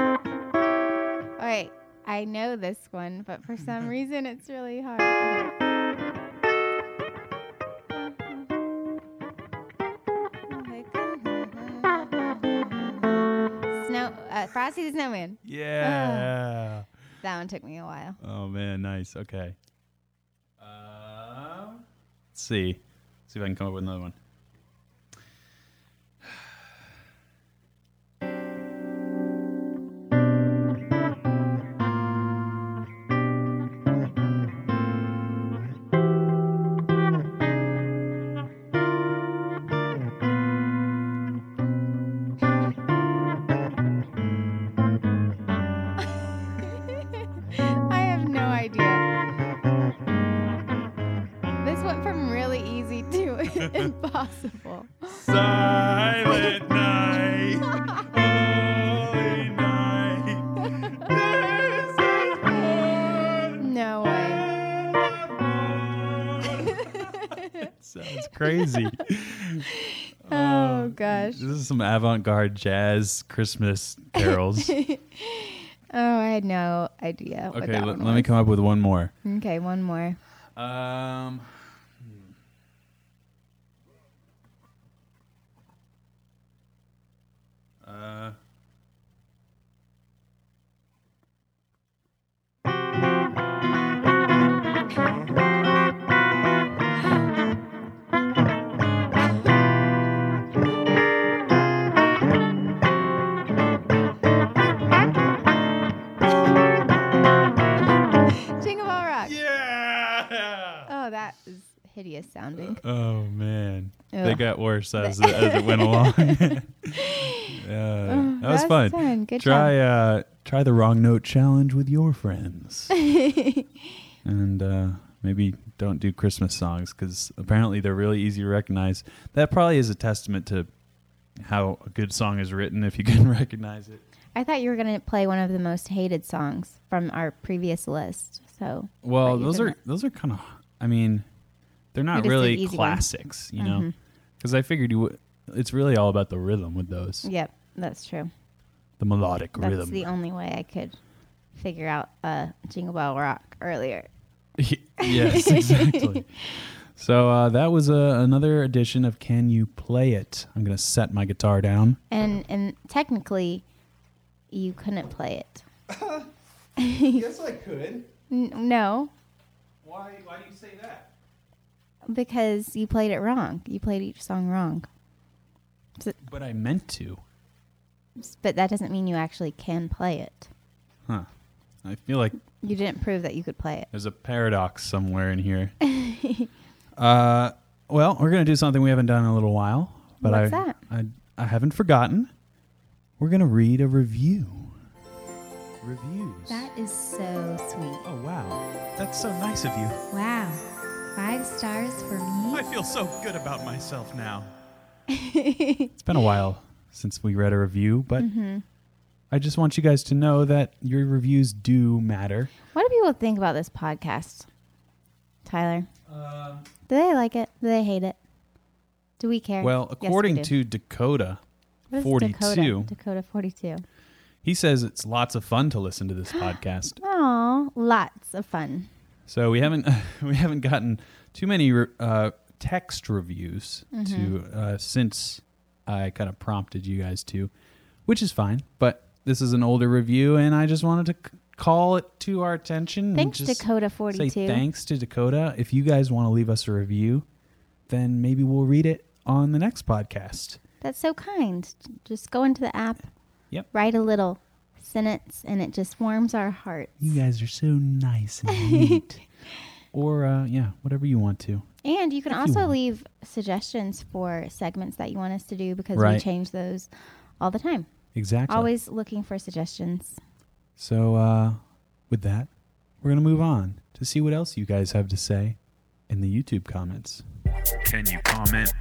Speaker 2: All right. I know this one, but for some reason it's really hard. Okay. [laughs] Snow, uh, Frosty the Snowman.
Speaker 1: Yeah.
Speaker 2: That one took me a while.
Speaker 1: Oh man, nice. Okay. Um, let's see. see if I can come up with another one.
Speaker 2: I have no idea. This went from really easy to [laughs] impossible.
Speaker 1: Silent night, holy night.
Speaker 2: No way.
Speaker 1: Sounds crazy.
Speaker 2: Oh
Speaker 1: Um,
Speaker 2: gosh.
Speaker 1: this is some avant-garde jazz Christmas carols.
Speaker 2: [laughs]
Speaker 1: okay,
Speaker 2: Oh, I had no idea. What that
Speaker 1: let,
Speaker 2: one
Speaker 1: let me come up with one more.
Speaker 2: was. Okay, one more.
Speaker 1: Um. hmm. Uh.
Speaker 2: Jingle Bell Rock.
Speaker 1: Yeah.
Speaker 2: Oh, that is hideous sounding.
Speaker 1: Oh man, they
Speaker 2: Ugh.
Speaker 1: got worse as as it went
Speaker 2: [laughs]
Speaker 1: along. [laughs] yeah, that was
Speaker 2: Oh, that's
Speaker 1: fun.
Speaker 2: fun. Good
Speaker 1: try uh, try the wrong note challenge with your
Speaker 2: [laughs]
Speaker 1: friends, and uh, maybe don't do Christmas songs because apparently they're really easy to recognize. That probably is a testament to how a good song is written if you [laughs] can recognize it.
Speaker 2: I thought you were gonna play one of the most hated songs from our previous list. So
Speaker 1: Well,
Speaker 2: you
Speaker 1: those
Speaker 2: did
Speaker 1: are
Speaker 2: not-
Speaker 1: those are kind of. I mean, they're
Speaker 2: You
Speaker 1: not
Speaker 2: just did
Speaker 1: really
Speaker 2: easy Mm-hmm. ones.
Speaker 1: classics, you know, because I figured you. would it's really all about the rhythm with those,
Speaker 2: yep, that's true.
Speaker 1: the melodic
Speaker 2: That's
Speaker 1: rhythm. [laughs]
Speaker 2: the only way I could figure out uh, Jingle Bell Rock earlier. [laughs]
Speaker 1: yes, exactly. so uh, that was uh, another edition of Can You Play It? I'm gonna set my guitar
Speaker 2: [laughs]
Speaker 1: down.
Speaker 2: And and technically, you couldn't play it.
Speaker 1: Yes, I could.
Speaker 2: N- no,
Speaker 1: Why? Why do you say that?
Speaker 2: because you played it wrong. You played each song wrong.
Speaker 1: But I meant to.
Speaker 2: S- But that doesn't mean you actually can play it.
Speaker 1: Huh. I feel like
Speaker 2: You didn't prove that you could play it.
Speaker 1: There's a paradox somewhere in
Speaker 2: [laughs]
Speaker 1: here. uh, well, we're gonna do something we haven't done in a little while, but
Speaker 2: What's
Speaker 1: I,
Speaker 2: that?
Speaker 1: I I haven't forgotten. We're gonna read a review. Reviews.
Speaker 2: is so sweet.
Speaker 1: oh wow, that's so nice of you.
Speaker 2: Wow. Five stars for me.
Speaker 1: feel so good about myself
Speaker 2: [laughs]
Speaker 1: now. it's been a while since we read a review, but
Speaker 2: Mm-hmm.
Speaker 1: I just want you guys to know that your reviews do matter.
Speaker 2: What do people think about this podcast, Tyler? do they like it? Do they hate it? Do we care?
Speaker 1: Well,
Speaker 2: Yes, we
Speaker 1: according
Speaker 2: do.
Speaker 1: to Dakota,
Speaker 2: What is
Speaker 1: 42.
Speaker 2: Dakota, Dakota 42.
Speaker 1: He says it's lots of fun to listen to
Speaker 2: [gasps]
Speaker 1: this podcast.
Speaker 2: Aw, lots of fun.
Speaker 1: So we haven't [laughs] we haven't gotten too many re- uh, text reviews
Speaker 2: Mm-hmm.
Speaker 1: to uh, since I kind of prompted you guys to, which is fine. But this is an older review, and I just wanted to c- call it to our attention.
Speaker 2: Thanks,
Speaker 1: and just
Speaker 2: Dakota
Speaker 1: Say
Speaker 2: 42.
Speaker 1: thanks to Dakota. If you guys want to leave us a review, then maybe we'll read it on the next podcast.
Speaker 2: That's so kind. Just go into the app,
Speaker 1: Yep.
Speaker 2: write a little sentence, and it just warms our hearts.
Speaker 1: You guys are so nice and neat.
Speaker 2: [laughs]
Speaker 1: or uh, yeah, whatever you want to.
Speaker 2: And you can
Speaker 1: you
Speaker 2: also
Speaker 1: want.
Speaker 2: leave suggestions for segments that you want us to do because we
Speaker 1: Right.
Speaker 2: change those all the time.
Speaker 1: Exactly.
Speaker 2: Always looking for suggestions.
Speaker 1: So, uh, with that, we're going to move on to see what else you guys have to say in the YouTube comments.
Speaker 3: Can you comment?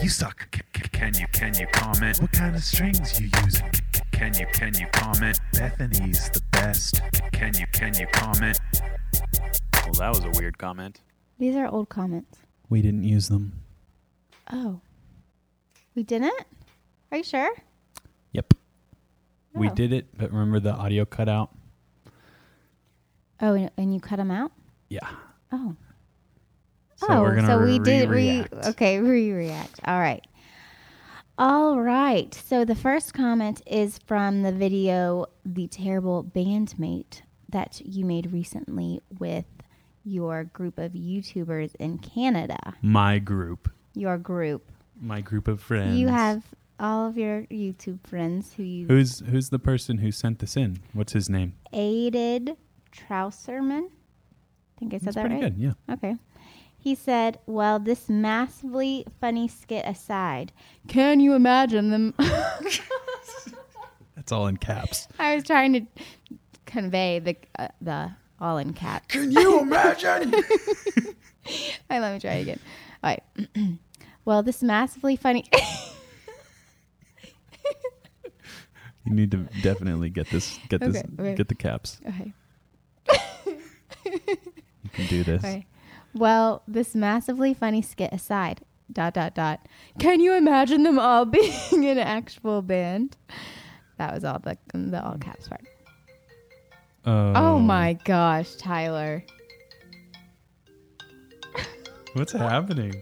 Speaker 3: You suck. C- c- Can you can you comment? What kind of strings you using? C- c- Can you can you comment? Bethany's the best. C- Can you can you comment?
Speaker 6: Well, that was a weird comment.
Speaker 2: These are old comments.
Speaker 1: We didn't use them.
Speaker 2: Oh. We didn't? Are you sure?
Speaker 1: Yep. We
Speaker 2: Oh.
Speaker 1: did it, but remember the audio cutout?
Speaker 2: Oh, and, and you cut them out?
Speaker 1: Yeah.
Speaker 2: Oh.
Speaker 1: So
Speaker 2: oh,
Speaker 1: we're gonna
Speaker 2: so we did re
Speaker 1: re-react.
Speaker 2: okay re-react. All right, all right. So the first comment is from the video "The Terrible Bandmate" that you made recently with your group of YouTubers in Canada.
Speaker 1: My group.
Speaker 2: Your group,
Speaker 1: My group of friends.
Speaker 2: you have all of your YouTube friends who you
Speaker 1: Who's who's the person who sent this in? What's his name?
Speaker 2: aided Trouserman. I think I said
Speaker 1: That's
Speaker 2: that
Speaker 1: pretty
Speaker 2: right.
Speaker 1: good. Yeah.
Speaker 2: Okay. He said, "Well, this massively funny skit aside, can you imagine them?" [laughs]
Speaker 1: That's all in caps.
Speaker 2: I was trying to convey the uh, the all in caps.
Speaker 1: [laughs] Can you imagine?
Speaker 2: All right, let me try again. All right. [clears throat] well, this massively funny. [laughs]
Speaker 1: you need to definitely get this get this
Speaker 2: Okay, okay.
Speaker 1: get the caps.
Speaker 2: okay.
Speaker 1: You can do this.
Speaker 2: Okay. Well, this massively funny skit aside, dot dot dot. Can you imagine them all [laughs] being an actual band? That was all the the all caps part.
Speaker 1: Oh,
Speaker 2: Oh my gosh, Tyler.
Speaker 1: What's happening?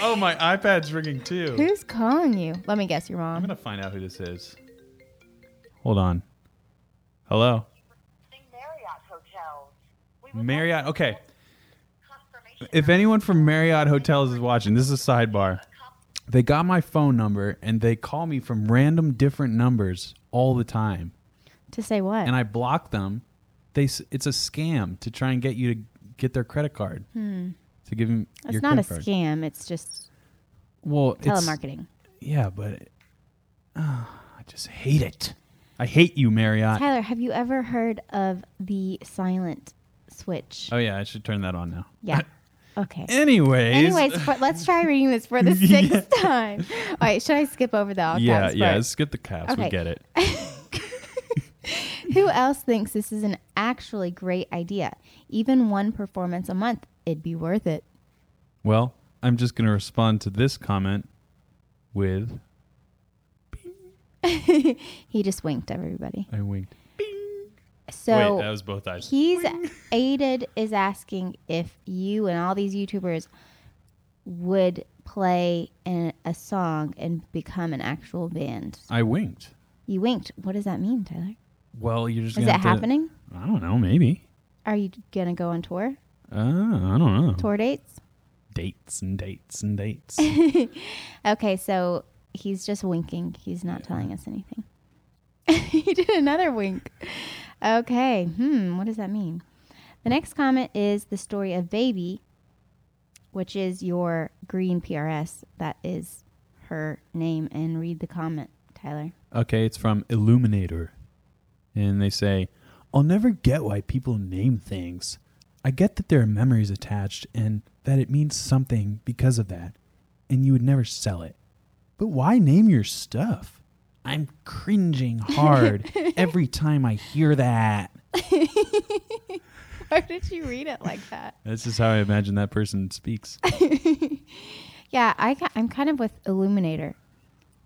Speaker 1: Oh, my iPad's ringing too.
Speaker 2: Who's calling you? Let me guess, your
Speaker 1: I'm
Speaker 2: mom.
Speaker 1: gonna find out who this is. Hold on. Hello,
Speaker 6: Marriott hotels. We would
Speaker 1: Marriott. oh. Okay,
Speaker 6: like confirmation
Speaker 1: if anyone from Marriott Hotels is watching, this is a sidebar. They got my phone number and they call me from random different numbers all the time,
Speaker 2: To say what?
Speaker 1: and I block them. They s- it's a scam to try and get you to get their credit card to give them
Speaker 2: it's
Speaker 1: your
Speaker 2: Hmm. not a
Speaker 1: credit card.
Speaker 2: scam. It's just
Speaker 1: Well, it's-
Speaker 2: telemarketing.
Speaker 1: Yeah, but ah, I just hate it. I hate you, Marriott.
Speaker 2: Tyler, have you ever heard of the silent switch?
Speaker 1: Oh yeah, I should turn that on now.
Speaker 2: yeah. Okay.
Speaker 1: Anyways. uh,
Speaker 2: Anyways, for, let's try reading this for
Speaker 1: [laughs]
Speaker 2: the sixth time. All right, should I skip over the all
Speaker 1: yeah,
Speaker 2: caps
Speaker 1: yeah.
Speaker 2: part?
Speaker 1: Let's get the caps. We
Speaker 2: Okay.
Speaker 1: get
Speaker 2: [laughs]
Speaker 1: it.
Speaker 2: Who else thinks this is an actually great idea? Even one performance a month, it'd be worth it. [laughs]
Speaker 1: Well, I'm just gonna respond to this comment with
Speaker 2: He just winked, everybody.
Speaker 1: I winked.
Speaker 2: So
Speaker 1: Wait, that was both eyes.
Speaker 2: He's Aided is asking if you and all these YouTubers would play an, a song and become an actual band.
Speaker 1: I winked.
Speaker 2: You winked. What does that mean, Tyler?
Speaker 1: Well, you're just.
Speaker 2: Is
Speaker 1: gonna
Speaker 2: that
Speaker 1: have to-
Speaker 2: happening?
Speaker 1: I don't know. Maybe.
Speaker 2: Are you gonna go on tour?
Speaker 1: Uh, I don't know.
Speaker 2: Tour dates?
Speaker 1: dates and dates and dates. [laughs]
Speaker 2: Okay, so he's just winking. He's not telling us anything. [laughs] he did another wink. Okay. Hmm. What does that mean? The next comment is the story of Baby, which is your green PRS. That is her name. And read the comment, Tyler.
Speaker 1: Okay, it's from Illuminator. And they say, I'll never get why people name things. I get that there are memories attached and that it means something because of that, and you would never sell it. But why name your stuff? I'm cringing
Speaker 2: [laughs]
Speaker 1: hard every time I hear that.
Speaker 2: [laughs] Why did you read it like that?
Speaker 1: This is how I imagine that person
Speaker 2: [laughs]
Speaker 1: speaks.
Speaker 2: Yeah, I, ca- I'm kind of with Illuminator.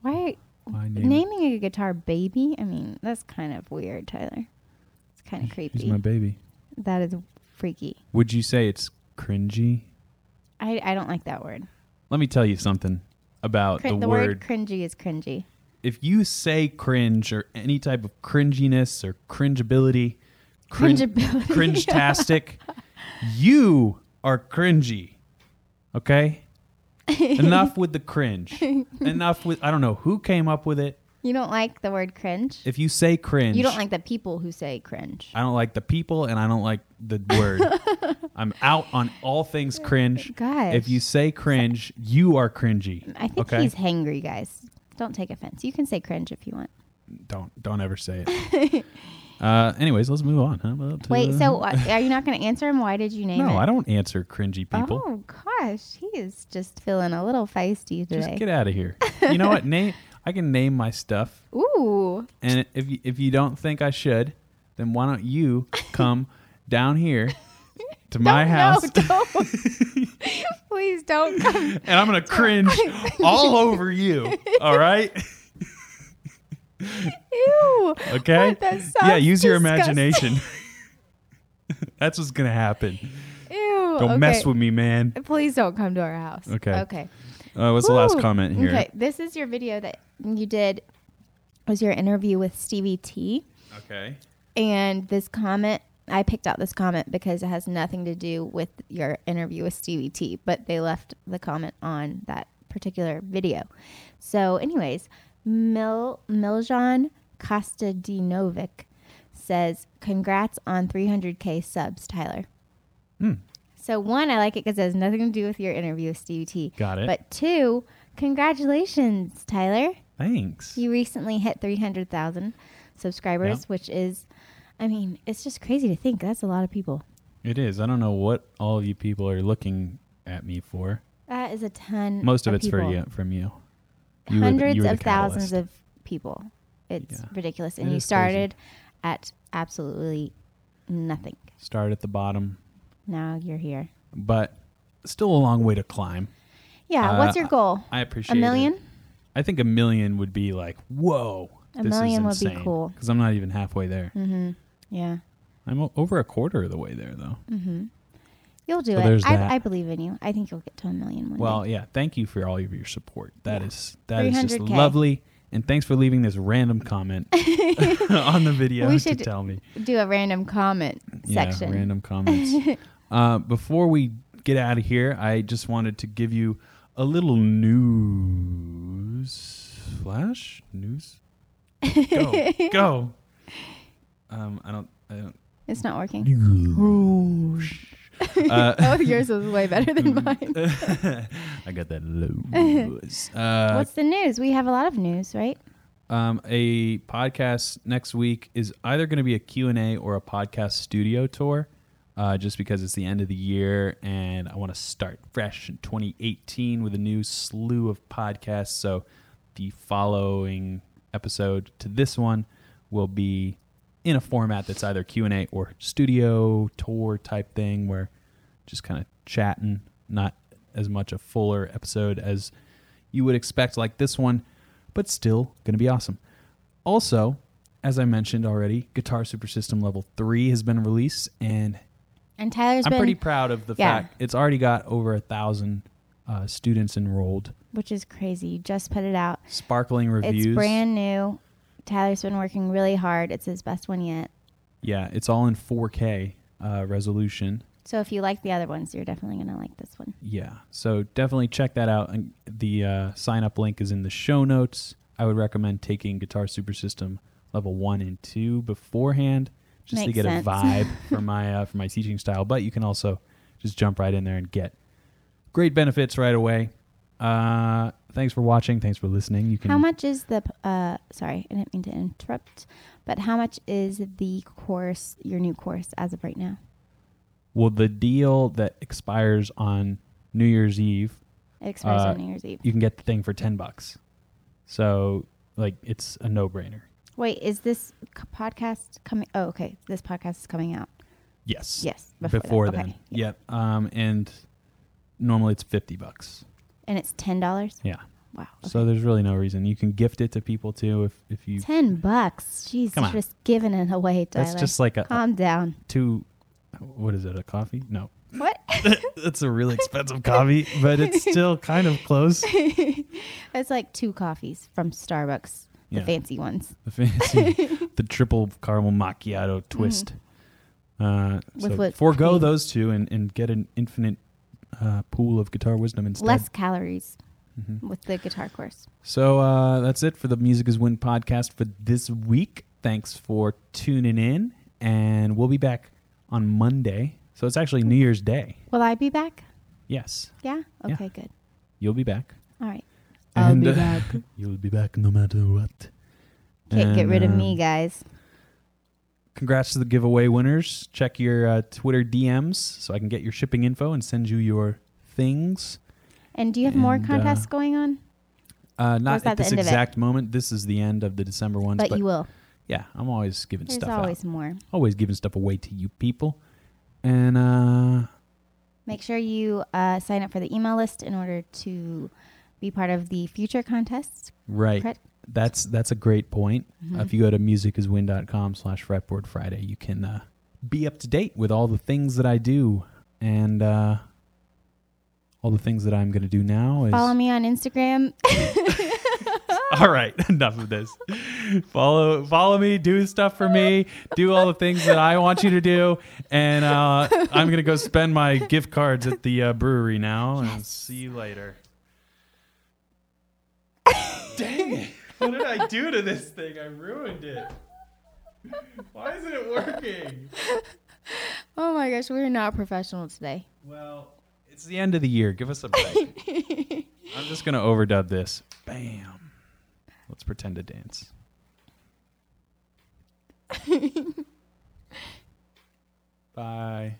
Speaker 2: Why
Speaker 1: Why
Speaker 2: naming a guitar Baby? I mean, that's kind of weird, Tyler. It's kind of creepy.
Speaker 1: He's my baby.
Speaker 2: That is freaky.
Speaker 1: Would you say it's cringy?
Speaker 2: I, I don't like that word.
Speaker 1: Let me tell you something about
Speaker 2: Crin-
Speaker 1: the,
Speaker 2: the, word, cringy is cringy.
Speaker 1: if you say cringe or any type of cringiness or cringeability, crin-
Speaker 2: Cringeability. [laughs]
Speaker 1: cringetastic, you are cringy.
Speaker 2: [laughs]
Speaker 1: Okay? Enough with the cringe. Enough with I don't know who came up with it.
Speaker 2: You don't like the word cringe?
Speaker 1: If you say cringe,
Speaker 2: You don't like the people who say cringe.
Speaker 1: I don't like the people and I don't like the
Speaker 2: [laughs]
Speaker 1: word. I'm out on all things cringe.
Speaker 2: Gosh.
Speaker 1: If you say cringe, you are cringy.
Speaker 2: I think
Speaker 1: okay?
Speaker 2: he's hangry, guys. Don't take offense. You can say cringe if you want.
Speaker 1: don't don't ever say it.
Speaker 2: [laughs]
Speaker 1: uh, anyways, let's move on. How about
Speaker 2: Wait,
Speaker 1: uh,
Speaker 2: so uh, are you not going to answer him? Why did you name it?
Speaker 1: No, I don't answer cringy people.
Speaker 2: Oh gosh, he is just feeling a little feisty
Speaker 1: Just
Speaker 2: today.
Speaker 1: get out of
Speaker 2: [laughs]
Speaker 1: here. You know what? Name I can name my stuff,
Speaker 2: Ooh,
Speaker 1: and if
Speaker 2: [laughs]
Speaker 1: you, if you don't think I should, then why don't you come down here to my house.
Speaker 2: No, don't.
Speaker 1: [laughs]
Speaker 2: Please don't come.
Speaker 1: and I'm gonna cringe
Speaker 2: [laughs]
Speaker 1: all over you. All right.
Speaker 2: Ew.
Speaker 1: Okay.
Speaker 2: What? [laughs] That sounds
Speaker 1: yeah. Use your
Speaker 2: disgusting.
Speaker 1: imagination. [laughs] That's what's gonna happen.
Speaker 2: Ew.
Speaker 1: Don't
Speaker 2: okay.
Speaker 1: mess with me, man.
Speaker 2: Please don't come to our house.
Speaker 1: Okay.
Speaker 2: Okay.
Speaker 1: Uh, what's the last
Speaker 2: Woo.
Speaker 1: comment here?
Speaker 2: Okay, this is your video that you did. Was your interview with Stevie T?
Speaker 1: Okay.
Speaker 2: And this comment, I picked out this comment because it has nothing to do with your interview with Stevie T, but they left the comment on that particular video. So, anyways, Mil Miljan Kostadinovic says, "Congrats on 300k subs, Tyler."
Speaker 1: Hmm.
Speaker 2: So one, I like it because it has nothing to do with your interview with Stevie T.
Speaker 1: Got it.
Speaker 2: But two, congratulations, Tyler.
Speaker 1: Thanks.
Speaker 2: You recently hit 300,000 subscribers,
Speaker 1: Yeah.
Speaker 2: which is, I mean, it's just crazy to think. That's a lot of people.
Speaker 1: It is. I don't know what all of you people are looking at me for.
Speaker 2: That is a ton.
Speaker 1: Most of it's for
Speaker 2: people.
Speaker 1: you, from you. You were the-
Speaker 2: Hundreds
Speaker 1: you were the
Speaker 2: of thousands
Speaker 1: catalyst.
Speaker 2: of people. It's
Speaker 1: Yeah.
Speaker 2: ridiculous.
Speaker 1: It
Speaker 2: And you
Speaker 1: is crazy.
Speaker 2: started at absolutely nothing.
Speaker 1: Start at the bottom,
Speaker 2: Now you're here.
Speaker 1: but still a long way to climb.
Speaker 2: Yeah.
Speaker 1: Uh,
Speaker 2: what's your goal?
Speaker 1: I
Speaker 2: A
Speaker 1: appreciate it.
Speaker 2: million?
Speaker 1: I think a million would be like, whoa.
Speaker 2: A million would be cool. Mm.
Speaker 1: Because I'm not even halfway there.
Speaker 2: Yeah.
Speaker 1: I'm o- over a quarter of the way there, though.
Speaker 2: Mm-hmm. You'll do
Speaker 1: So
Speaker 2: it.
Speaker 1: there's that.
Speaker 2: I, I believe in you. I think you'll get to a million one
Speaker 1: Well,
Speaker 2: day.
Speaker 1: yeah. Thank you for all of your support. That is that is just
Speaker 2: 300K.
Speaker 1: lovely. And thanks for leaving this random
Speaker 2: [laughs]
Speaker 1: comment [laughs] on the video
Speaker 2: We
Speaker 1: to
Speaker 2: should
Speaker 1: tell me.
Speaker 2: Do a random comment section.
Speaker 1: Yeah, random comments. uh, before we get out of here, I just wanted to give you a little news flash. News. Go go. Um, I don't. I don't.
Speaker 2: It's
Speaker 1: [laughs]
Speaker 2: not working. oh, yours was way better
Speaker 1: Mm.
Speaker 2: than mine.
Speaker 1: I got that low. Uh,
Speaker 2: What's the news? We have a lot of news, right?
Speaker 1: um, a podcast next week is either going to be a q&a or a podcast studio tour uh, just because it's the end of the year and i want to start fresh in 2018 with a new slew of podcasts so the following episode to this one will be in a format that's either q&a or studio tour type thing where just kind of chatting not as much a fuller episode as you would expect like this one, but still going to be awesome. Also, as I mentioned already, Guitar Super System Level 3 has been released, and
Speaker 2: And Tyler's
Speaker 1: I'm
Speaker 2: been,
Speaker 1: pretty proud of the
Speaker 2: yeah.
Speaker 1: fact it's already got over a thousand uh, students enrolled.
Speaker 2: which is crazy. You just put it out.
Speaker 1: Sparkling reviews.
Speaker 2: It's brand new. Tyler's been working really hard. It's his best one yet.
Speaker 1: Yeah, it's all in 4K uh, resolution.
Speaker 2: So if you like the other ones, you're definitely gonna like this one.
Speaker 1: Yeah. So definitely check that out. And the uh, sign up link is in the show notes. I would recommend taking Guitar Super System level one and two beforehand, just to
Speaker 2: Makes
Speaker 1: get
Speaker 2: sense.
Speaker 1: a
Speaker 2: [laughs]
Speaker 1: vibe for my uh, for my teaching style. But you can also just jump right in there and get great benefits right away. Uh, thanks for watching. Thanks for listening. You can
Speaker 2: How much is the? p- Uh, sorry, I didn't mean to interrupt. But how much is the course? Your new course as of right now?
Speaker 1: well the deal that expires on New Year's Eve
Speaker 2: It expires
Speaker 1: Uh,
Speaker 2: on New Year's Eve.
Speaker 1: you can get the thing for ten bucks. So like it's a no brainer.
Speaker 2: Wait, is this c- podcast coming? Oh, okay. This podcast is coming out.
Speaker 1: Yes.
Speaker 2: Yes,
Speaker 1: Before,
Speaker 2: before that.
Speaker 1: then.
Speaker 2: Okay.
Speaker 1: Yep. Um, and normally it's fifty bucks.
Speaker 2: And it's ten dollars.
Speaker 1: Yeah.
Speaker 2: Wow.
Speaker 1: So there's really no reason you can gift it to people too if if you.
Speaker 2: Ten bucks. Jeez,
Speaker 1: Come
Speaker 2: you're
Speaker 1: on.
Speaker 2: just giving it away, Tyler.
Speaker 1: That's just like a, a
Speaker 2: calm down.
Speaker 1: two. What is it? A coffee?
Speaker 2: [laughs]
Speaker 1: No. [laughs]
Speaker 2: What?
Speaker 1: That's a really expensive coffee, but
Speaker 2: [laughs]
Speaker 1: it's still kind of close.
Speaker 2: It's like two coffees from Starbucks,
Speaker 1: Yeah.
Speaker 2: the fancy ones
Speaker 1: The
Speaker 2: [laughs]
Speaker 1: fancy, the triple caramel macchiato twist. Uh,
Speaker 2: Mm-hmm. With
Speaker 1: so
Speaker 2: whipped
Speaker 1: forego
Speaker 2: cream.
Speaker 1: those two and, and get an infinite uh, pool of guitar wisdom instead.
Speaker 2: less calories
Speaker 1: Mm-hmm.
Speaker 2: with the guitar course.
Speaker 1: So uh, that's it for the Music is Win podcast for this week. Thanks for tuning in, and we'll be back on Monday. So it's actually New Year's Day.
Speaker 2: Will I be back?
Speaker 1: Yes,
Speaker 2: Yeah.
Speaker 1: Yeah.
Speaker 2: Okay. Good.
Speaker 1: you'll be back.
Speaker 2: All right.
Speaker 1: and uh, [laughs] you'll be back no matter what.
Speaker 2: Can't get
Speaker 1: And,
Speaker 2: rid of
Speaker 1: um,
Speaker 2: me, guys.
Speaker 1: Congrats to the giveaway winners. Check your uh, Twitter DMs so I can get your shipping info and send you your things.
Speaker 2: And do you have more
Speaker 1: and, uh,
Speaker 2: contests going on?
Speaker 1: Uh, not
Speaker 2: is that
Speaker 1: at
Speaker 2: the
Speaker 1: this
Speaker 2: end of it?
Speaker 1: exact moment. This is the end of the December ones.
Speaker 2: But, you will.
Speaker 1: Yeah, I'm always giving
Speaker 2: There's
Speaker 1: stuff out.
Speaker 2: always more.
Speaker 1: always giving stuff away to you people. And uh,
Speaker 2: Make sure you uh, sign up for the email list in order to be part of the future contests.
Speaker 1: right,
Speaker 2: Correct.
Speaker 1: that's that's a great point. Uh, if you go to musiciswin.com slash fretboard Friday, you can uh, be up to date with all the things that I do and uh, all the things that I'm going to do now. Is,
Speaker 2: Follow me on Instagram. [laughs]
Speaker 1: [laughs] All right, enough of this. Follow follow me, do stuff for me, do all the things that I want you to do, and uh, I'm gonna go spend my gift cards at the uh, brewery now, and see you later. Dang it! What did I do to this thing? I ruined it. Why isn't it working?
Speaker 2: oh my gosh, we're not professional today.
Speaker 1: Well, it's the end of the year. Give us a break. I'm just gonna overdub this. Bam. Let's pretend to dance. Bye.